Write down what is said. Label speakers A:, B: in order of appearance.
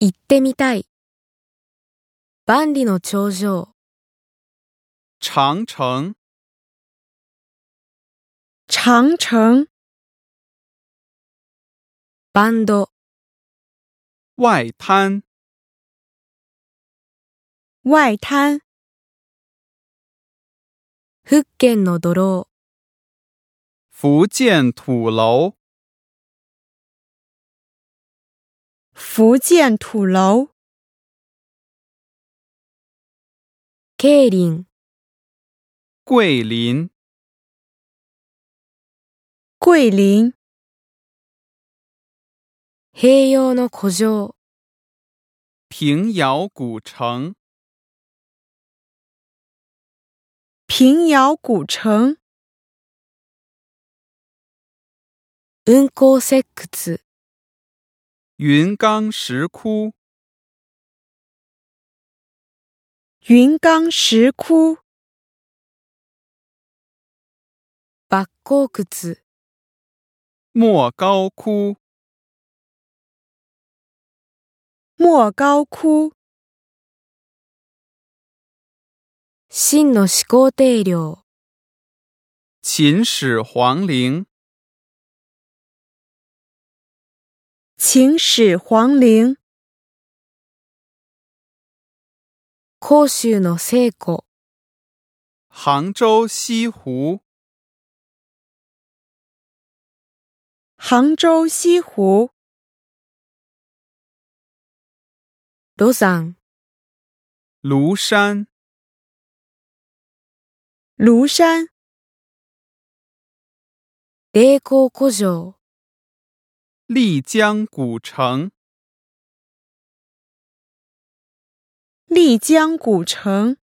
A: 行ってみたい。万里の長城、
B: 长城、
C: 长城、
A: バンド、
B: 外滩、
C: 外滩、
A: 福建の土楼、
B: 福建土楼、
C: 福建土楼、
A: 桂林、
B: 桂林、
C: 桂林、
A: 平洋の古城、
B: 平遥古城、
C: 平遥古城、
A: 雲港石窟、
B: 云冈石窟、
C: 云冈石窟、
A: 抜鉱窟、
B: 莫高窟、
C: 莫高窟、
A: 秦の始皇帝陵、
B: 秦始皇陵、
C: 秦始皇陵、
A: 甲州の西湖、
B: 杭州西湖、
C: 杭州西湖、
A: 廬山、
B: 庐山、
C: 庐山、
A: 霊光古城、
B: 丽江古城、
C: 丽江古城。